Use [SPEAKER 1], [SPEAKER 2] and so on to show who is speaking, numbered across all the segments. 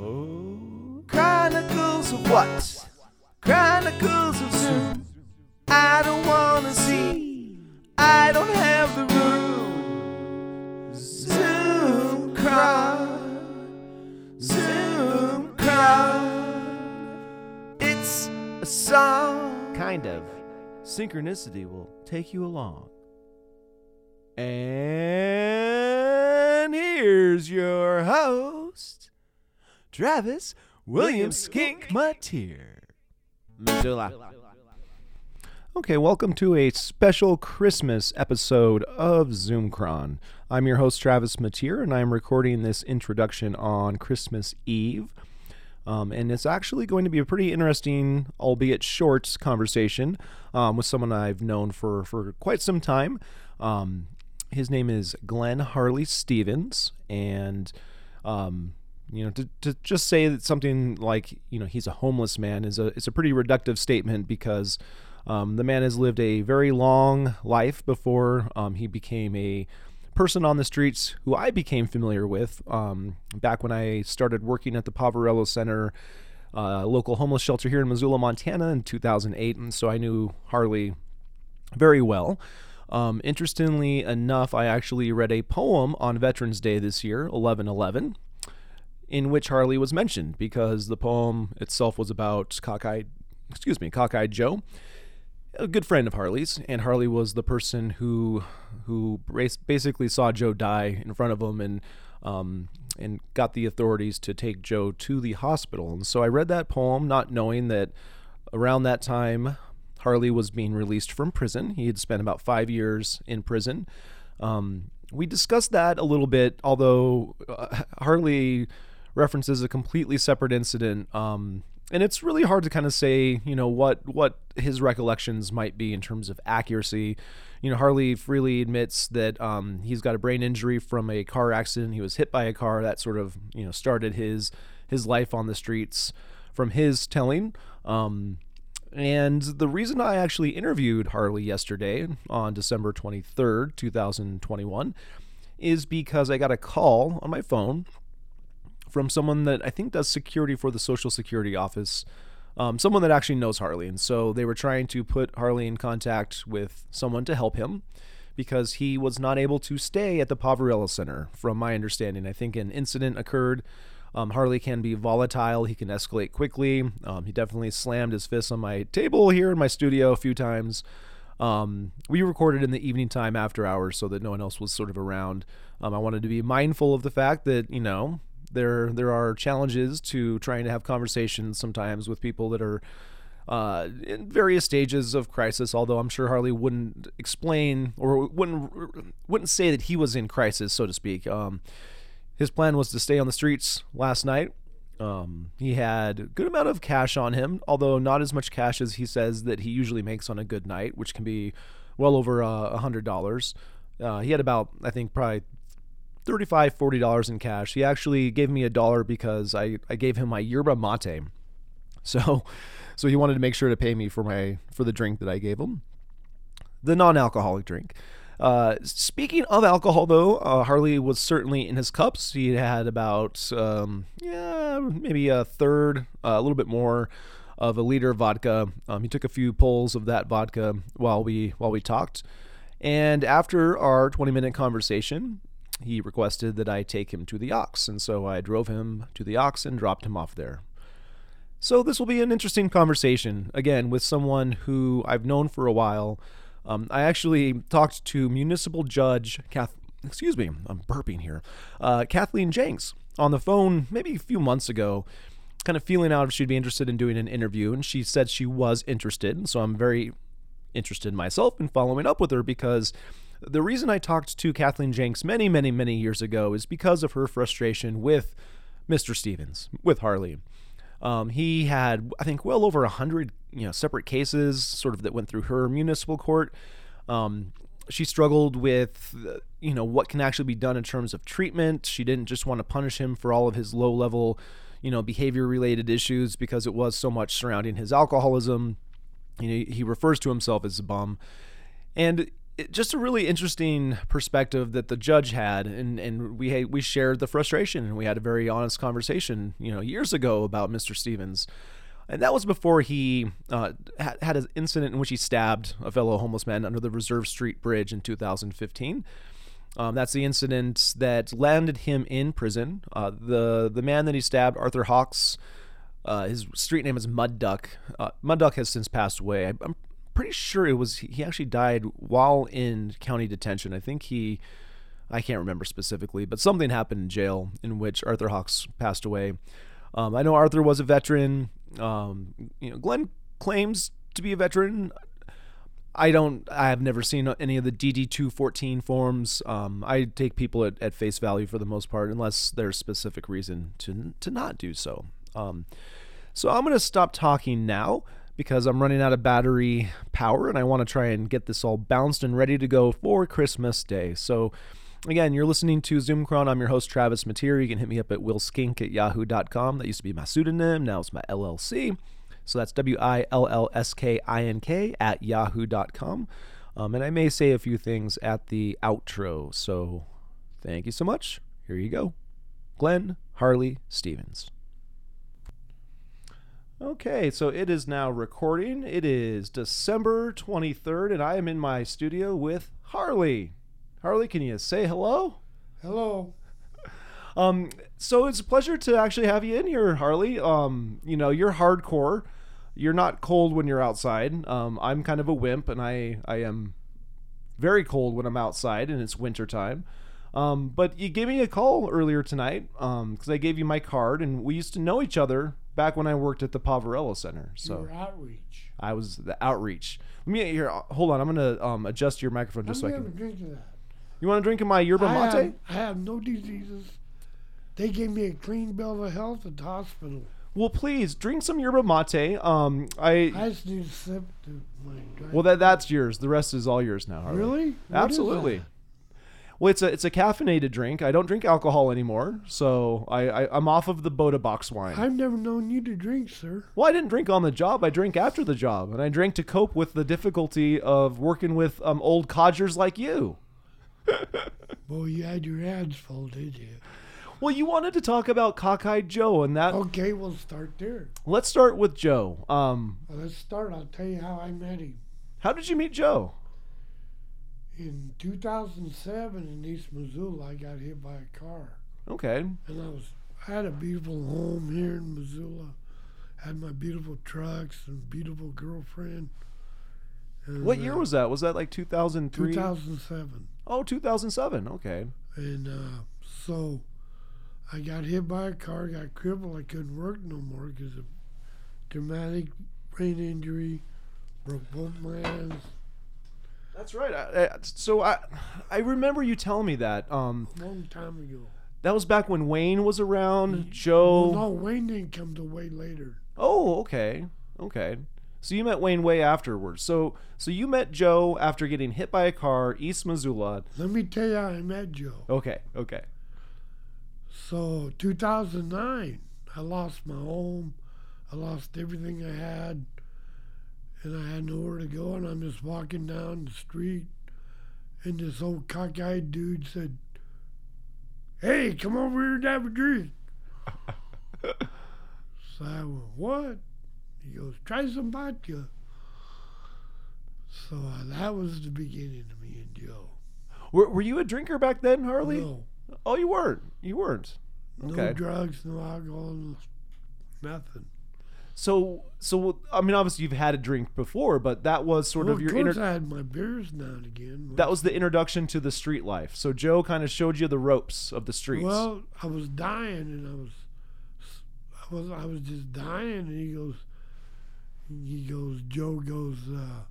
[SPEAKER 1] Oh. Chronicles of what? Chronicles of Zoom. I don't wanna see. I don't have the room. Zoom Cron. Zoom Cron. It's a song. Kind of. Synchronicity will take you along. And here's your host, Travis William Skink Mateer. Missoula.
[SPEAKER 2] Okay, welcome to a special Christmas episode of Zoomcron. I'm your host, Travis Matier, and I'm recording this introduction on Christmas Eve. Um, and it's actually going to be a pretty interesting, albeit short, conversation um, with someone I've known for, for quite some time. Um, his name is Glenn Harley Stevens, and um, you know, to, to just say that something like you know he's a homeless man is a is a pretty reductive statement because um, the man has lived a very long life before um, he became a person on the streets who I became familiar with um, back when I started working at the Pavarello Center, uh, local homeless shelter here in Missoula, Montana, in 2008, and so I knew Harley very well. Um, interestingly enough, I actually read a poem on Veterans Day this year, 1111, in which Harley was mentioned because the poem itself was about cockeyed, excuse me, cockeyed Joe, a good friend of Harley's, and Harley was the person who who bas- basically saw Joe die in front of him and um, and got the authorities to take Joe to the hospital. And so I read that poem, not knowing that around that time Harley was being released from prison. He had spent about five years in prison. Um, we discussed that a little bit, although uh, Harley references a completely separate incident, um, and it's really hard to kind of say, you know, what what his recollections might be in terms of accuracy. You know, Harley freely admits that um, he's got a brain injury from a car accident. He was hit by a car that sort of you know started his his life on the streets, from his telling. Um, and the reason I actually interviewed Harley yesterday on December 23rd, 2021, is because I got a call on my phone from someone that I think does security for the Social Security office, um, someone that actually knows Harley. And so they were trying to put Harley in contact with someone to help him because he was not able to stay at the Pavarello Center, from my understanding. I think an incident occurred. Um, Harley can be volatile. He can escalate quickly. Um, he definitely slammed his fist on my table here in my studio a few times. Um, we recorded in the evening time after hours so that no one else was sort of around. Um, I wanted to be mindful of the fact that, you know, there there are challenges to trying to have conversations sometimes with people that are uh, in various stages of crisis. Although I'm sure Harley wouldn't explain or wouldn't wouldn't say that he was in crisis, so to speak. Um, his plan was to stay on the streets last night. Um, he had a good amount of cash on him, although not as much cash as he says that he usually makes on a good night, which can be well over a hundred dollars. Uh, he had about, I think, probably 35 40 dollars in cash he actually gave me a dollar because I, I gave him my yerba mate so so he wanted to make sure to pay me for my for the drink that i gave him the non-alcoholic drink uh, speaking of alcohol though uh, harley was certainly in his cups he had about um, yeah maybe a third uh, a little bit more of a liter of vodka um, he took a few pulls of that vodka while we while we talked and after our 20 minute conversation he requested that I take him to the Ox, and so I drove him to the Ox and dropped him off there. So this will be an interesting conversation again with someone who I've known for a while. Um, I actually talked to municipal judge Kath. Excuse me, I'm burping here. Uh, Kathleen Jenks on the phone maybe a few months ago, kind of feeling out if she'd be interested in doing an interview, and she said she was interested. And so I'm very interested myself in following up with her because the reason I talked to Kathleen Jenks many, many, many years ago is because of her frustration with Mr. Stevens, with Harley. Um, he had, I think, well over a hundred, you know, separate cases, sort of that went through her municipal court. Um, she struggled with, uh, you know, what can actually be done in terms of treatment. She didn't just want to punish him for all of his low-level, you know, behavior-related issues because it was so much surrounding his alcoholism. You know, he refers to himself as a bum, and it- just a really interesting perspective that the judge had, and and we had- we shared the frustration, and we had a very honest conversation, you know, years ago about Mr. Stevens, and that was before he uh, had, had an incident in which he stabbed a fellow homeless man under the Reserve Street Bridge in 2015. Um, that's the incident that landed him in prison. Uh, the the man that he stabbed, Arthur Hawks, uh, his street name is Mud Duck. Uh, Mud Duck has since passed away. I, I'm pretty sure it was he actually died while in county detention. I think he, I can't remember specifically, but something happened in jail in which Arthur Hawks passed away. Um, I know Arthur was a veteran. Um, you know, Glenn claims to be a veteran. I don't. I have never seen any of the DD two fourteen forms. Um, I take people at, at face value for the most part, unless there's specific reason to to not do so. Um, so I'm gonna stop talking now because I'm running out of battery power, and I want to try and get this all bounced and ready to go for Christmas Day. So. Again, you're listening to ZoomCron. I'm your host, Travis Mateer. You can hit me up at willskink at yahoo.com. That used to be my pseudonym. Now it's my LLC. So that's W I L L S K I N K at yahoo.com. Um, and I may say a few things at the outro. So thank you so much. Here you go. Glenn Harley Stevens. Okay, so it is now recording. It is December 23rd, and I am in my studio with Harley. Harley, can you say hello?
[SPEAKER 3] Hello.
[SPEAKER 2] Um, so it's a pleasure to actually have you in here, Harley. Um, you know, you're hardcore. You're not cold when you're outside. Um, I'm kind of a wimp, and I I am very cold when I'm outside, and it's winter time. Um, but you gave me a call earlier tonight because I gave you my card, and we used to know each other back when I worked at the Pavarello Center.
[SPEAKER 3] So.
[SPEAKER 2] So
[SPEAKER 3] outreach.
[SPEAKER 2] I was the outreach. Let me here. Hold on, I'm gonna um, adjust your microphone just
[SPEAKER 3] I'm
[SPEAKER 2] so I
[SPEAKER 3] never
[SPEAKER 2] can.
[SPEAKER 3] drinking that.
[SPEAKER 2] You want to drink in my yerba
[SPEAKER 3] I um,
[SPEAKER 2] mate?
[SPEAKER 3] have, I have no diseases. They gave me a clean bill of health at the hospital.
[SPEAKER 2] Well, please drink some yerba mate. Um, I
[SPEAKER 3] I just need a sip to my drink.
[SPEAKER 2] Well, that that's yours. The rest is all yours now. Harley.
[SPEAKER 3] really? What is
[SPEAKER 2] Absolutely. Well, it's a it's a caffeinated drink. I don't drink alcohol anymore, so I, I I'm off of the Boda box wine.
[SPEAKER 3] that? I've never known you to drink, sir.
[SPEAKER 2] well, I didn't drink on the job. I drank after the job, and I drank to cope with the difficulty of working with um old codgers like you.
[SPEAKER 3] Boy, you had your hands full, did you?
[SPEAKER 2] Well, you wanted to talk about Cockeyed Joe, and that
[SPEAKER 3] Okay, we'll start there.
[SPEAKER 2] let's start with Joe. Um,
[SPEAKER 3] Well, let's start. I'll tell you how I met him.
[SPEAKER 2] how did you meet Joe?
[SPEAKER 3] In 2007 in East Missoula, I got hit by a car.
[SPEAKER 2] Okay,
[SPEAKER 3] And I was I had a beautiful home here in Missoula. Had my beautiful trucks and beautiful girlfriend. And,
[SPEAKER 2] what
[SPEAKER 3] uh,
[SPEAKER 2] year was that? Was that like 2003?
[SPEAKER 3] 2007.
[SPEAKER 2] Oh, 2007. Okay.
[SPEAKER 3] And uh, so I got hit by a car, got crippled. I couldn't work no more because of traumatic brain injury. Broke both my hands.
[SPEAKER 2] That's right. I, I, so I, I remember you telling me that. Um,
[SPEAKER 3] Long time ago.
[SPEAKER 2] that was back when Wayne was around. Joe.
[SPEAKER 3] Mm-hmm. No, Wayne didn't come to way later.
[SPEAKER 2] Oh, okay, okay. So you met Wayne way afterwards. So so you met Joe after getting hit by a car, East Missoula.
[SPEAKER 3] Let me tell you how I met Joe.
[SPEAKER 2] Okay, okay.
[SPEAKER 3] So 2009, I lost my home, I lost everything I had, and I had nowhere to go. And I'm just walking down the street, and this old cockeyed dude said, "Hey, come over here and have a drink." so I went, "What?" He goes, "Try some vodka." So uh, that was the beginning of me and Joe.
[SPEAKER 2] Were, were you a drinker back then, Harley?
[SPEAKER 3] No,
[SPEAKER 2] Oh, you weren't. You weren't. Okay.
[SPEAKER 3] no drugs, no alcohol, nothing.
[SPEAKER 2] So so I mean, obviously you've had a drink before, but that was sort
[SPEAKER 3] Well,
[SPEAKER 2] of your
[SPEAKER 3] course
[SPEAKER 2] inter-
[SPEAKER 3] I had my beers now and again.
[SPEAKER 2] that was the introduction to the street life. So Joe kind of showed you the ropes of the streets.
[SPEAKER 3] well, I was dying, and I was, I was, I was just dying. And he goes, he goes, Joe goes, uh,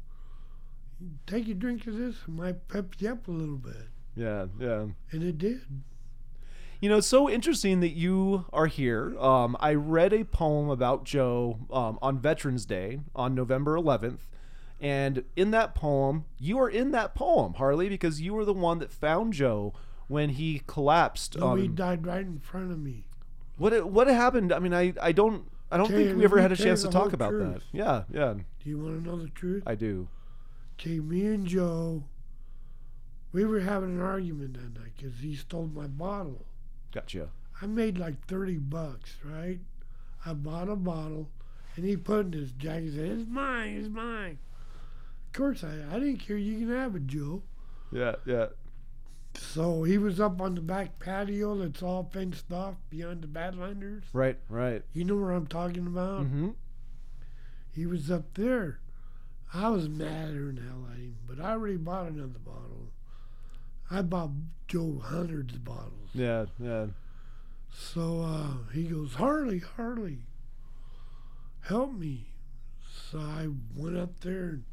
[SPEAKER 3] take a drink of this, it might pep you up a little bit,
[SPEAKER 2] yeah, yeah.
[SPEAKER 3] and it did.
[SPEAKER 2] You know, it's so interesting that you are here. Um, I read a poem about Joe um, on Veterans Day on November 11th. And in that poem, you are in that poem, Harley, because you were the one that found Joe when he collapsed.
[SPEAKER 3] So he
[SPEAKER 2] Um,
[SPEAKER 3] died right in front of me.
[SPEAKER 2] what what happened? I mean, I, I don't I don't
[SPEAKER 3] Tell
[SPEAKER 2] think
[SPEAKER 3] you-
[SPEAKER 2] we ever
[SPEAKER 3] let me
[SPEAKER 2] had a
[SPEAKER 3] tell you
[SPEAKER 2] chance to
[SPEAKER 3] the
[SPEAKER 2] talk
[SPEAKER 3] whole
[SPEAKER 2] about
[SPEAKER 3] truth.
[SPEAKER 2] that. Yeah, yeah,
[SPEAKER 3] Do you want to know the truth?
[SPEAKER 2] I do.
[SPEAKER 3] Okay, me and Joe We were having an argument that night because he stole my bottle.
[SPEAKER 2] Gotcha.
[SPEAKER 3] I made like 30 bucks, right? I bought a bottle and he put it in his jacket and said, It's mine, it's mine. Of course, I, I didn't care. You can have it, Joe.
[SPEAKER 2] Yeah, yeah.
[SPEAKER 3] So he was up on the back patio that's all fenced off beyond the Badlanders.
[SPEAKER 2] Right, right.
[SPEAKER 3] You know where I'm talking about?
[SPEAKER 2] Mm-hmm.
[SPEAKER 3] He was up there. I was madder than hell at him, but I already bought another bottle. I bought Joe hundreds of bottles.
[SPEAKER 2] Yeah, yeah.
[SPEAKER 3] So uh, he goes, Harley, Harley, help me. So I went up there and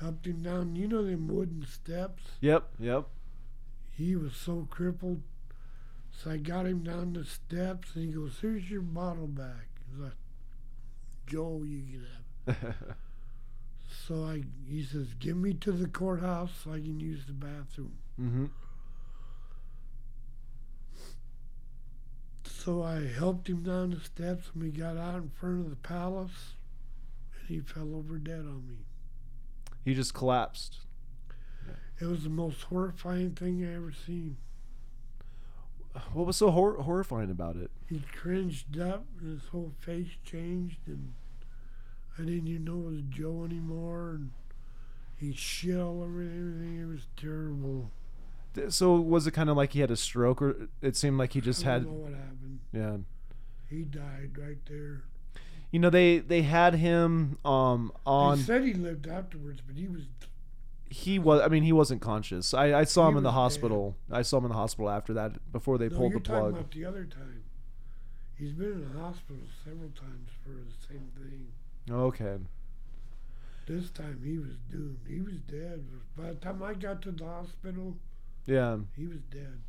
[SPEAKER 3] helped him down. You know them wooden steps?
[SPEAKER 2] Yep, yep.
[SPEAKER 3] He was so crippled. So I got him down the steps and he goes, Here's your bottle back. He's like, Joe, you can have it.
[SPEAKER 2] Mm-hmm.
[SPEAKER 3] So I, he says, Give me to the courthouse so I can use the bathroom.
[SPEAKER 2] mm-hmm.
[SPEAKER 3] So I helped him down the steps and we got out in front of the palace and he fell over dead on me.
[SPEAKER 2] He just collapsed.
[SPEAKER 3] It was the most horrifying thing I ever seen.
[SPEAKER 2] What was so hor- horrifying about it?
[SPEAKER 3] He cringed up and his whole face changed and I didn't even know it was Joe anymore and he shit all over everything. It was terrible.
[SPEAKER 2] Th- So was it kind of like he had a stroke, or it seemed like he just
[SPEAKER 3] I don't
[SPEAKER 2] had?
[SPEAKER 3] know what happened.
[SPEAKER 2] Yeah.
[SPEAKER 3] He died right there.
[SPEAKER 2] You know they they had him um on.
[SPEAKER 3] they said he lived afterwards, but he was
[SPEAKER 2] he was i mean he wasn't conscious i, I saw
[SPEAKER 3] He
[SPEAKER 2] him in the
[SPEAKER 3] was dead.
[SPEAKER 2] hospital i saw him in the hospital after that before they
[SPEAKER 3] no,
[SPEAKER 2] pulled
[SPEAKER 3] you're
[SPEAKER 2] the plug
[SPEAKER 3] talking about the other time. He's been in the hospital several times for the same thing.
[SPEAKER 2] okay
[SPEAKER 3] This time he was doomed. He was dead. By the time I got to the hospital,
[SPEAKER 2] yeah
[SPEAKER 3] He was dead.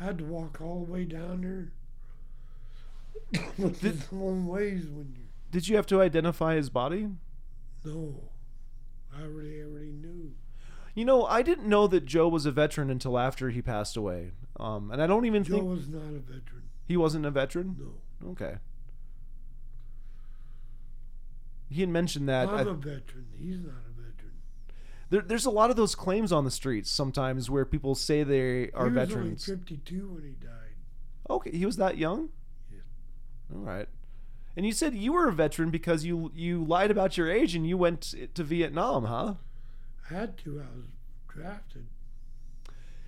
[SPEAKER 3] I had to walk all the way down there. Which
[SPEAKER 2] Did-
[SPEAKER 3] is a long ways when you
[SPEAKER 2] did you have to identify his body
[SPEAKER 3] no. I already already knew.
[SPEAKER 2] you know i didn't know that joe was a veteran until after he passed away um, and i don't even
[SPEAKER 3] Joe
[SPEAKER 2] think
[SPEAKER 3] was not a veteran.
[SPEAKER 2] he wasn't a veteran
[SPEAKER 3] No,
[SPEAKER 2] okay he had mentioned that I-
[SPEAKER 3] I'm a veteran. He's not a veteran.
[SPEAKER 2] there, there's a lot of those claims on the streets sometimes where people say they are
[SPEAKER 3] he was
[SPEAKER 2] veterans
[SPEAKER 3] only 52 when he died.
[SPEAKER 2] Okay, he was that young.
[SPEAKER 3] Yeah.
[SPEAKER 2] All right. And you said you were a veteran because you you lied about your age and you went to Vietnam, huh?
[SPEAKER 3] I had to. I was drafted.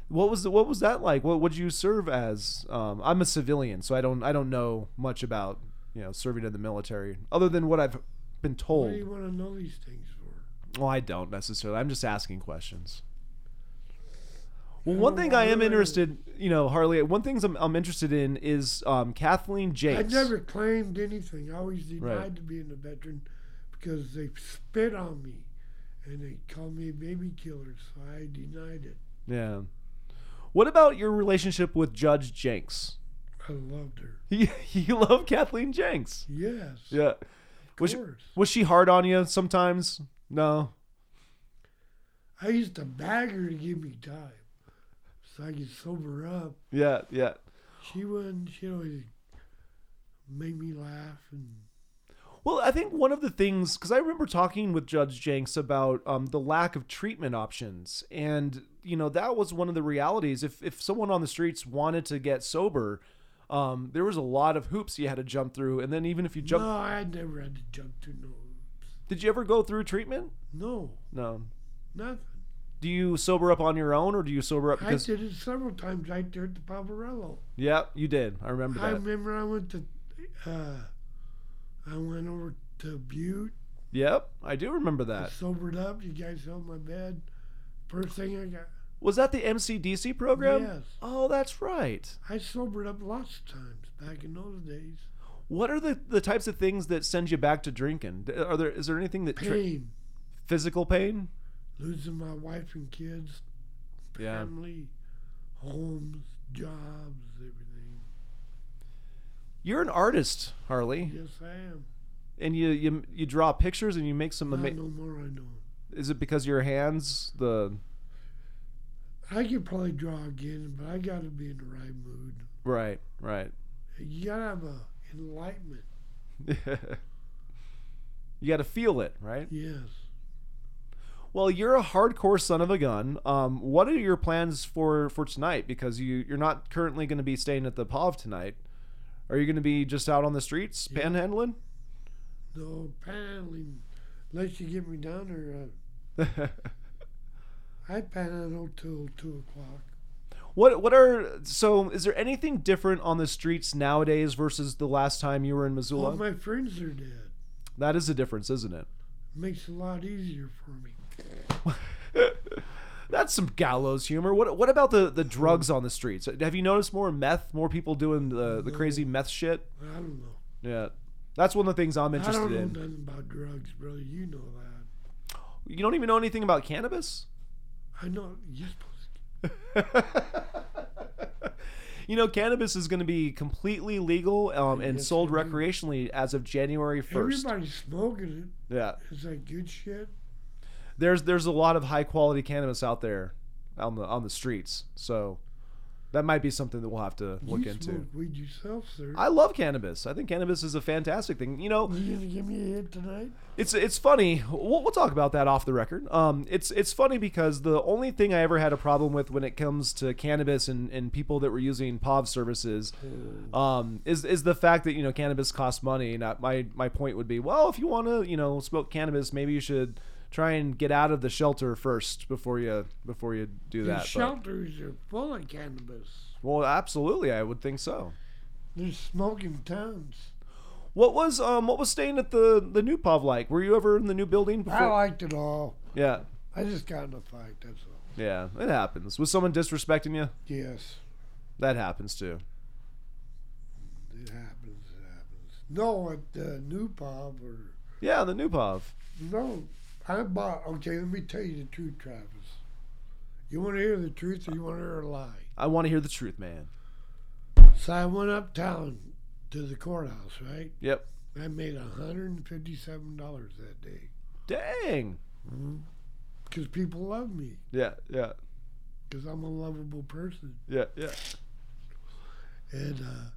[SPEAKER 2] What was the, what was that like? What would you serve as? Um, I'm a civilian, so I don't I don't know much about you know serving in the military other than what I've been
[SPEAKER 3] What do you
[SPEAKER 2] told.
[SPEAKER 3] want to know these things for?
[SPEAKER 2] Well, I don't necessarily. I'm just asking questions. Well, one thing I am interested, you know, Harley. One thing I'm, I'm interested in is um, Kathleen
[SPEAKER 3] I
[SPEAKER 2] Jakes.
[SPEAKER 3] never claimed anything. I always denied
[SPEAKER 2] Right.
[SPEAKER 3] to being a veteran because they spit on me and they called me a baby killer, so I denied it.
[SPEAKER 2] Yeah. What about your relationship with Judge Jenks?
[SPEAKER 3] I loved her.
[SPEAKER 2] You, you love Kathleen Jenks.
[SPEAKER 3] Yes.
[SPEAKER 2] Yeah.
[SPEAKER 3] of
[SPEAKER 2] Was she,
[SPEAKER 3] course.
[SPEAKER 2] was she hard on you sometimes? No.
[SPEAKER 3] I used to bag her to give me time so I could sober up.
[SPEAKER 2] Yeah, yeah.
[SPEAKER 3] She wouldn't, she always made me laugh. And
[SPEAKER 2] Well, I think one of the things, because I remember talking with Judge Jenks about um, the lack of treatment options. And, you know, that was one of the realities. If, if someone on the streets wanted to get sober, um, there was a lot of hoops you had to jump through. And then even if you jumped,
[SPEAKER 3] no, I never had to jump to no,
[SPEAKER 2] did you ever go through treatment?
[SPEAKER 3] no,
[SPEAKER 2] No.
[SPEAKER 3] nothing.
[SPEAKER 2] Do you sober up on your own or do you sober up
[SPEAKER 3] I
[SPEAKER 2] because
[SPEAKER 3] did it several times right there at the Pavarello.
[SPEAKER 2] Yeah, you did. I remember
[SPEAKER 3] I
[SPEAKER 2] that.
[SPEAKER 3] remember I went to, uh, I went over to Butte,
[SPEAKER 2] yep, I do remember that.
[SPEAKER 3] sobered up. You guys held my bed. First thing I got,
[SPEAKER 2] Was that the MCDC program?
[SPEAKER 3] Yes.
[SPEAKER 2] Oh, that's right.
[SPEAKER 3] I sobered up lots of times back in those days.
[SPEAKER 2] What are the, the types of things that send you back to drinking? D- Are there is there anything that tri-
[SPEAKER 3] Pain.
[SPEAKER 2] physical pain?
[SPEAKER 3] losing my wife and kids,
[SPEAKER 2] Yeah.
[SPEAKER 3] family, homes, jobs, everything.
[SPEAKER 2] You're an artist, Harley,
[SPEAKER 3] Yes, I am.
[SPEAKER 2] and you you, you draw pictures and you make some.
[SPEAKER 3] Not
[SPEAKER 2] Ama-
[SPEAKER 3] no more I know.
[SPEAKER 2] is it because your hands the
[SPEAKER 3] I could probably draw again, but I got to be in the right mood.
[SPEAKER 2] right right?
[SPEAKER 3] You got to have a enlightenment.
[SPEAKER 2] you got to feel it, right?
[SPEAKER 3] Yes.
[SPEAKER 2] Well, you're a hardcore son of a gun. Um, what are your plans for for tonight? Because you you're not currently going to be staying at the Pav tonight. Are you going to be just out on the streets
[SPEAKER 3] Yeah.
[SPEAKER 2] panhandling?
[SPEAKER 3] No paneling. Unless you get me down there, uh, I panhandle till two o'clock.
[SPEAKER 2] what what are so? Is there anything different on the streets nowadays versus the last time you were in
[SPEAKER 3] All
[SPEAKER 2] Missoula?
[SPEAKER 3] my friends are dead.
[SPEAKER 2] that is a difference, isn't it?
[SPEAKER 3] Makes it a lot easier for me.
[SPEAKER 2] That's some gallows humor. What what about the, the drugs on the streets? Have you noticed more meth? More people doing the, the crazy meth shit?
[SPEAKER 3] I don't know.
[SPEAKER 2] Yeah. That's one of the things I'm
[SPEAKER 3] I
[SPEAKER 2] interested
[SPEAKER 3] don't know
[SPEAKER 2] in.
[SPEAKER 3] nothing about drugs, brother. You know that.
[SPEAKER 2] You don't even know anything about cannabis?
[SPEAKER 3] I know. You're supposed to.
[SPEAKER 2] you know, cannabis is going to be completely legal um, and
[SPEAKER 3] Yes,
[SPEAKER 2] sold
[SPEAKER 3] it is.
[SPEAKER 2] recreationally as of January 1st.
[SPEAKER 3] Everybody's smoking
[SPEAKER 2] Yeah.
[SPEAKER 3] it. Is that good shit?
[SPEAKER 2] There's there's a lot of high quality cannabis out there on the on the streets. So that might be something that we'll have to look
[SPEAKER 3] you
[SPEAKER 2] into.
[SPEAKER 3] smoke weed yourself, sir.
[SPEAKER 2] I love cannabis. I think cannabis is a fantastic thing. You know,
[SPEAKER 3] you gonna give me a hit tonight?
[SPEAKER 2] It's it's funny. We'll, we'll talk about that off the record. Um, it's it's funny because the only thing I ever had a problem with when it comes to cannabis and, and people that were using POV services, um, is is the fact that you know cannabis costs money. And I- my my point would be, well, if you want to you know smoke cannabis, maybe you should try and get out of the shelter first before you before you do
[SPEAKER 3] The
[SPEAKER 2] that. But,
[SPEAKER 3] shelters are full of cannabis.
[SPEAKER 2] well, absolutely, I would think so.
[SPEAKER 3] There's smoking tons.
[SPEAKER 2] What was um what was staying at the the new POV like? Were you ever in the new building
[SPEAKER 3] I
[SPEAKER 2] before?
[SPEAKER 3] liked it all.
[SPEAKER 2] yeah.
[SPEAKER 3] I just got in a fight. That's all.
[SPEAKER 2] Yeah, it happens. Was someone disrespecting you?
[SPEAKER 3] Yes,
[SPEAKER 2] That happens too.
[SPEAKER 3] it happens. It happens. No, at the new pub or
[SPEAKER 2] Yeah, the new Pov.
[SPEAKER 3] no. I bought. Okay, let me tell you the truth, Travis. You want to hear the truth, or you want to hear a lie?
[SPEAKER 2] I want to hear the truth, man.
[SPEAKER 3] So I went uptown to the courthouse, right?
[SPEAKER 2] Yep.
[SPEAKER 3] I made $157 that day
[SPEAKER 2] Dang.
[SPEAKER 3] because people love me
[SPEAKER 2] Yeah, yeah,
[SPEAKER 3] because I'm a lovable person.
[SPEAKER 2] yeah, yeah.
[SPEAKER 3] And uh,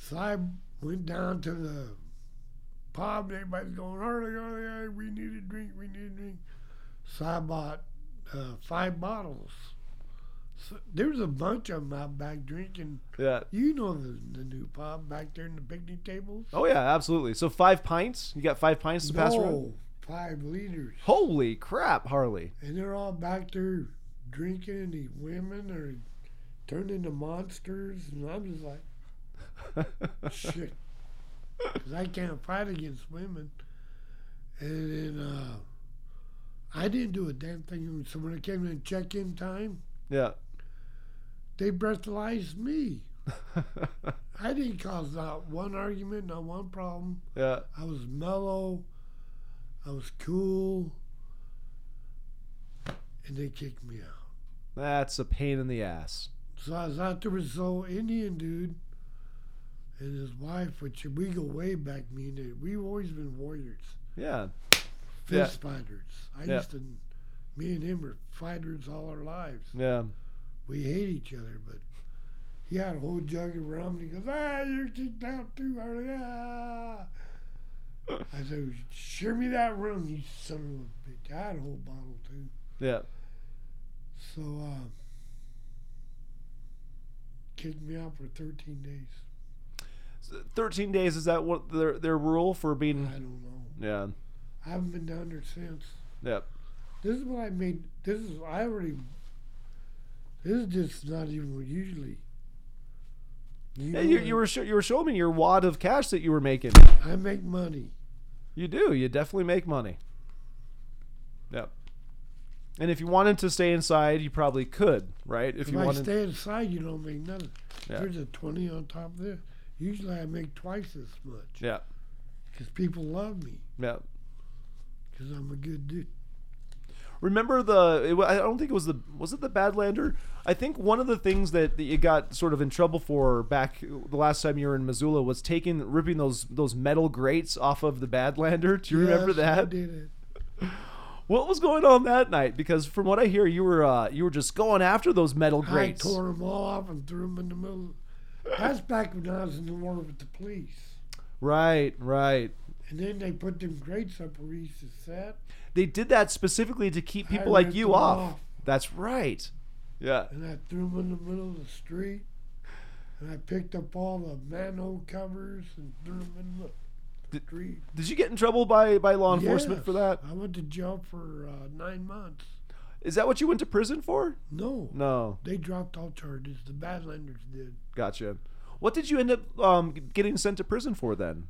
[SPEAKER 3] so I went down to the pub. and Everybody's going, early, early, early. We need a drink. We need a drink. So I bought uh, five bottles. So there was a bunch of them out back drinking.
[SPEAKER 2] Yeah.
[SPEAKER 3] You know the, the new pub back there in the picnic tables?
[SPEAKER 2] Oh yeah, absolutely. So five pints? You got five pints to pass around?
[SPEAKER 3] no, five liters.
[SPEAKER 2] Holy crap, Harley.
[SPEAKER 3] And they're all back there drinking, and the women are turned into monsters. And I'm just like, shit. Because I can't fight against women. And then uh, I didn't do a damn thing. So when it came to check in time,
[SPEAKER 2] yeah.
[SPEAKER 3] they brutalized me. I didn't cause not one argument, not one problem.
[SPEAKER 2] yeah.
[SPEAKER 3] I was mellow. I was cool. And they kicked me out.
[SPEAKER 2] That's a pain in the ass.
[SPEAKER 3] So I was out there with this old Indian dude and his wife, which we go way back, me and it. We've always been warriors,
[SPEAKER 2] Yeah. Yeah.
[SPEAKER 3] fist fighters. I
[SPEAKER 2] Yeah.
[SPEAKER 3] used to, me and him were fighters all our lives.
[SPEAKER 2] Yeah.
[SPEAKER 3] We hate each other, but he had a whole jug of rum and he goes, ah, you're kicked out too early. Ah. I said, "Sure me that rum, you son of a bitch. I had a whole bottle too.
[SPEAKER 2] Yeah.
[SPEAKER 3] So, uh, kicked me out for 13 days.
[SPEAKER 2] So 13 days is that what their their rule for
[SPEAKER 3] I
[SPEAKER 2] being
[SPEAKER 3] don't know.
[SPEAKER 2] Yeah.
[SPEAKER 3] I haven't been down there since.
[SPEAKER 2] Yeah.
[SPEAKER 3] This is what I made. This is I already. This is just not even what usually. You
[SPEAKER 2] Hey,
[SPEAKER 3] know
[SPEAKER 2] you,
[SPEAKER 3] I-
[SPEAKER 2] you were sho- you were showing me your wad of cash that you were making.
[SPEAKER 3] I make money.
[SPEAKER 2] You do. You definitely make money. Yep. And if you wanted to stay inside, you probably could, right? If
[SPEAKER 3] If,
[SPEAKER 2] you
[SPEAKER 3] I
[SPEAKER 2] wanted,
[SPEAKER 3] stay inside, you don't make nothing.
[SPEAKER 2] Yeah.
[SPEAKER 3] There's a twenty on top of this. Usually, I make twice as much
[SPEAKER 2] yeah,
[SPEAKER 3] because people love me
[SPEAKER 2] yeah.
[SPEAKER 3] because I'm a good dude.
[SPEAKER 2] Remember the? It, wa- I don't think it was the. Was it the Badlander? I think one of the things that, that you got sort of in trouble for back the last time you were in Missoula was taking ripping those those metal grates off of the Badlander. Do you remember
[SPEAKER 3] Yes, I
[SPEAKER 2] that?
[SPEAKER 3] did it.
[SPEAKER 2] What was going on that night? Because from what I hear, you were uh, you were just going after those metal
[SPEAKER 3] I
[SPEAKER 2] grates.
[SPEAKER 3] tore them all off and threw them in the middle. That's back when I was in the war with the police.
[SPEAKER 2] Right, right.
[SPEAKER 3] And then they put them grates up where he used to sit.
[SPEAKER 1] They did that specifically to keep
[SPEAKER 3] I
[SPEAKER 1] people like
[SPEAKER 3] ripped
[SPEAKER 1] you
[SPEAKER 3] them
[SPEAKER 1] off. That's right. Yeah.
[SPEAKER 3] and I threw them in the middle of the street. And I picked up all the manhole covers and threw them in the
[SPEAKER 1] Did-
[SPEAKER 3] street.
[SPEAKER 1] Did you get in trouble by, by law enforcement for
[SPEAKER 3] Yes,
[SPEAKER 1] that?
[SPEAKER 3] I went to jail for uh, nine months.
[SPEAKER 1] Is that what you went to prison for?
[SPEAKER 3] No,
[SPEAKER 1] No.
[SPEAKER 3] they dropped all charges. The Badlanders did.
[SPEAKER 1] Gotcha. What did you end up um, getting sent to prison for then?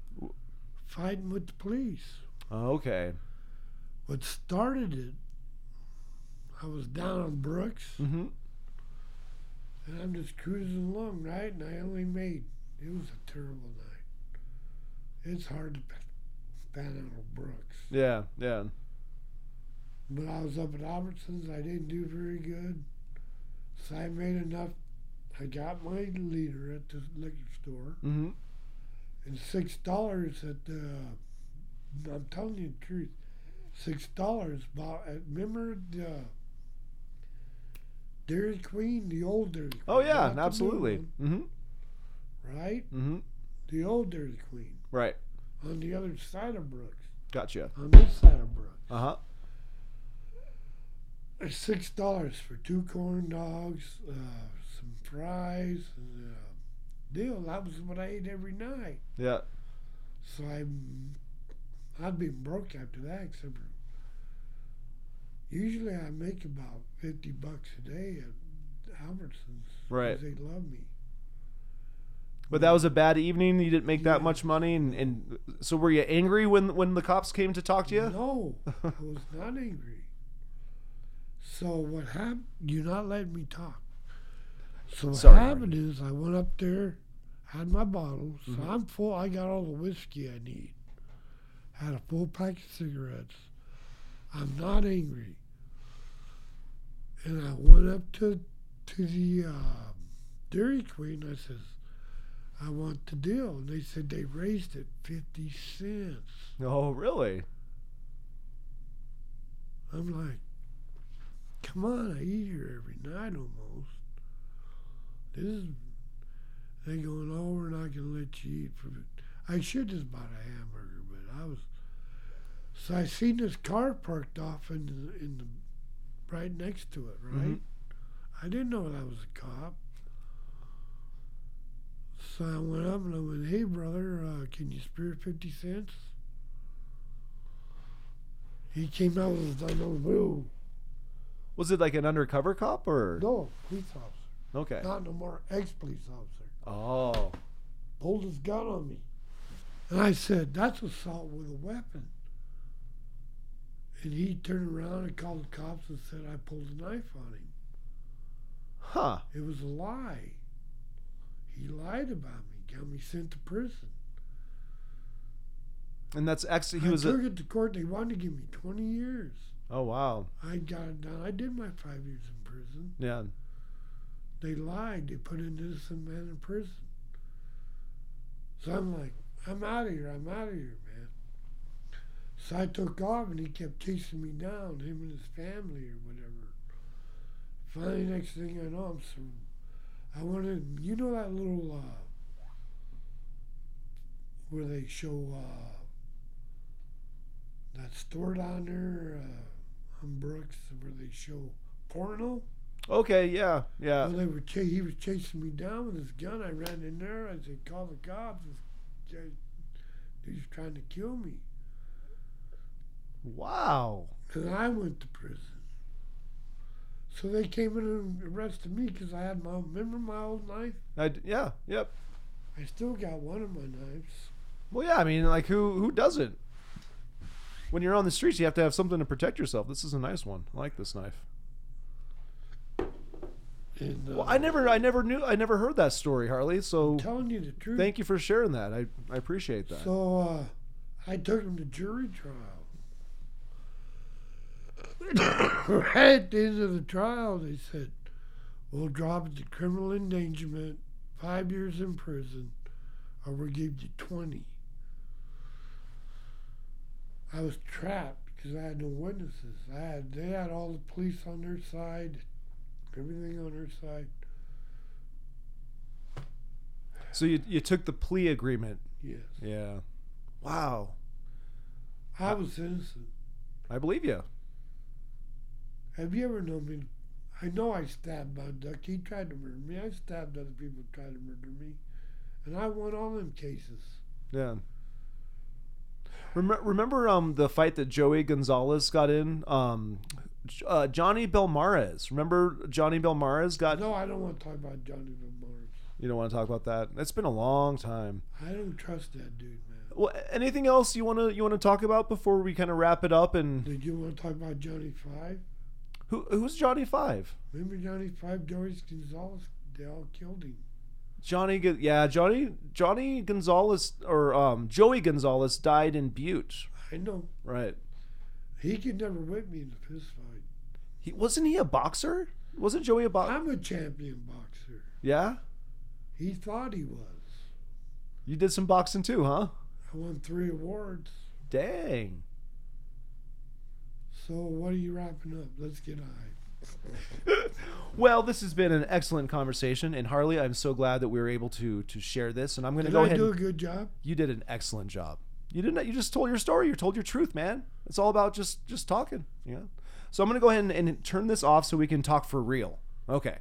[SPEAKER 3] Fighting with the police.
[SPEAKER 1] Oh, okay.
[SPEAKER 3] What started it, I was down on Brooks.
[SPEAKER 1] Mm-hmm.
[SPEAKER 3] And I'm just cruising along, right? And I only made it was a terrible night. It's hard to pa- pan out Brooks,
[SPEAKER 1] Yeah, yeah.
[SPEAKER 3] but I was up at Albertsons. I didn't do very good, so I made enough. I got my liter at the liquor store
[SPEAKER 1] Mm-hmm.
[SPEAKER 3] and six dollars at the. I'm telling you the truth, six dollars. bought at- Remember the uh, Dairy Queen, the old Dairy Queen.
[SPEAKER 2] Oh yeah,
[SPEAKER 3] not the new
[SPEAKER 2] absolutely.
[SPEAKER 3] one,
[SPEAKER 2] Mm-hmm.
[SPEAKER 3] right.
[SPEAKER 2] Mm-hmm.
[SPEAKER 3] the old Dairy Queen.
[SPEAKER 2] Right.
[SPEAKER 3] On the other side of Brooks.
[SPEAKER 2] Gotcha.
[SPEAKER 3] On this side of Brooks.
[SPEAKER 2] Uh
[SPEAKER 1] Uh-huh.
[SPEAKER 2] huh.
[SPEAKER 3] There's six dollars for two corn dogs, uh, some fries, and a deal. That was what I ate every night.
[SPEAKER 2] Yeah.
[SPEAKER 3] So I, I'd be broke after that. Except for usually I make about fifty bucks a day at Albertsons. 'cause
[SPEAKER 2] Right.
[SPEAKER 3] They love me.
[SPEAKER 2] But that was a bad evening. You didn't make that
[SPEAKER 3] Yeah.
[SPEAKER 2] much money, and, and so were you angry when when the cops came to talk to you?
[SPEAKER 3] No, I was not angry. So what happened? You're not letting me talk. So what
[SPEAKER 2] Sorry,
[SPEAKER 3] happened is I went up there, had my bottle, so I'm full. I got all the whiskey I need. Had a full pack of cigarettes. I'm not angry. And I went up to to the uh, Dairy Queen. I says, I want the deal. And they said they raised it fifty cents.
[SPEAKER 2] Oh, really?
[SPEAKER 3] I'm like, come on, I eat here every night almost. This is, they going, oh, we're not going to let you eat for it. I should just bought a hamburger, but I was, so I seen this car parked off in the, in the right next to it, right? I didn't know that was a cop. So I went up and I went, hey, brother, uh, can you spare 50 cents? He came out with his little blue.
[SPEAKER 2] Was it like an undercover cop or?
[SPEAKER 3] No, police officer.
[SPEAKER 2] Okay.
[SPEAKER 3] Not no more ex police officer.
[SPEAKER 2] Oh.
[SPEAKER 3] Pulled his gun on me. And I said, That's assault with a weapon. And he turned around and called the cops and said I pulled a knife on him.
[SPEAKER 2] Huh.
[SPEAKER 3] It was a lie. He lied about me, got me sent to prison.
[SPEAKER 2] And that's actually he
[SPEAKER 3] I
[SPEAKER 2] was
[SPEAKER 3] took
[SPEAKER 2] a.
[SPEAKER 3] it to court, they wanted to give me twenty years.
[SPEAKER 2] Oh wow.
[SPEAKER 3] I got it done. I did my five years in prison.
[SPEAKER 2] Yeah.
[SPEAKER 3] they lied. They put an innocent man in prison. So I'm like, I'm out of here. I'm out of here, man. So I took off, and he kept chasing me down, him and his family or whatever. Finally, next thing I know, I'm so, I wanted, you know that little uh, where they show uh, that store down there uh, on Brooks where they show porno.
[SPEAKER 2] Okay. Yeah. Yeah.
[SPEAKER 3] Well, they were ch- he was chasing me down with his gun. I ran in there. I said, "Call the cops! This guy- He's trying to kill me."
[SPEAKER 2] Wow.
[SPEAKER 3] And I went to prison. So they came in and arrested me because I had my remember my old knife.
[SPEAKER 2] I d yeah. Yep.
[SPEAKER 3] I still got one of my knives.
[SPEAKER 2] Well, yeah. I mean, like who who doesn't? When you're on the streets, you have to have something to protect yourself. This is a nice one. I like this knife.
[SPEAKER 3] And uh,
[SPEAKER 2] Well, I never, I never knew, I never heard that story, Harley. So
[SPEAKER 3] telling you the truth.
[SPEAKER 2] thank you for sharing that. I, I appreciate that.
[SPEAKER 3] So uh, I took him to jury trial. right at the end of the trial, they said, "We'll drop it to criminal endangerment, five years in prison, or we'll give you 20." I was trapped because I had no witnesses. I had they had all the police on their side, everything on their side.
[SPEAKER 2] So you, you took the plea agreement.
[SPEAKER 3] Yes.
[SPEAKER 2] Yeah. Wow.
[SPEAKER 3] I was innocent.
[SPEAKER 2] I believe you.
[SPEAKER 3] Have you ever known me? I know I stabbed my duck. He tried to murder me. I stabbed other people who tried to murder me. And I won all them cases.
[SPEAKER 2] Yeah. Remember, remember um, the fight that Joey Gonzalez got in? Um, J- uh, Johnny Belmarez. Remember Johnny Belmarez got.
[SPEAKER 3] No, I don't want to talk about Johnny Vermars.
[SPEAKER 2] You don't want to talk about that. It's been a long time.
[SPEAKER 3] I don't trust that dude, man.
[SPEAKER 2] Well, anything else you want to you want to talk about before we kind of wrap it up? And
[SPEAKER 3] Did you want to talk about Johnny Five?
[SPEAKER 2] who who's Johnny Five?
[SPEAKER 3] Remember Johnny Five, Doris Gonzalez? They all killed him.
[SPEAKER 2] Johnny, Gon- yeah, Johnny Johnny Gonzalez or um, Joey Gonzalez died in Butte,
[SPEAKER 3] I know.
[SPEAKER 2] right?
[SPEAKER 3] He could never whip me in a fist fight.
[SPEAKER 2] He wasn't he a boxer? Wasn't Joey a boxer?
[SPEAKER 3] I'm a champion boxer.
[SPEAKER 2] Yeah,
[SPEAKER 3] He thought he was.
[SPEAKER 2] you did some boxing too, huh?
[SPEAKER 3] I won three awards.
[SPEAKER 2] Dang.
[SPEAKER 3] So what are you wrapping up? Let's get high.
[SPEAKER 2] Well, this has been an excellent conversation, and Harley, I'm so glad that we were able to to share this. And I'm going to
[SPEAKER 3] Did
[SPEAKER 2] go
[SPEAKER 3] I
[SPEAKER 2] ahead.
[SPEAKER 3] do a
[SPEAKER 2] And,
[SPEAKER 3] good job?
[SPEAKER 2] you did an excellent job. You didn't. You just told your story. You told your truth, man. It's all about just just talking. You know. So I'm going to go ahead and, and turn this off so we can talk for real. Okay.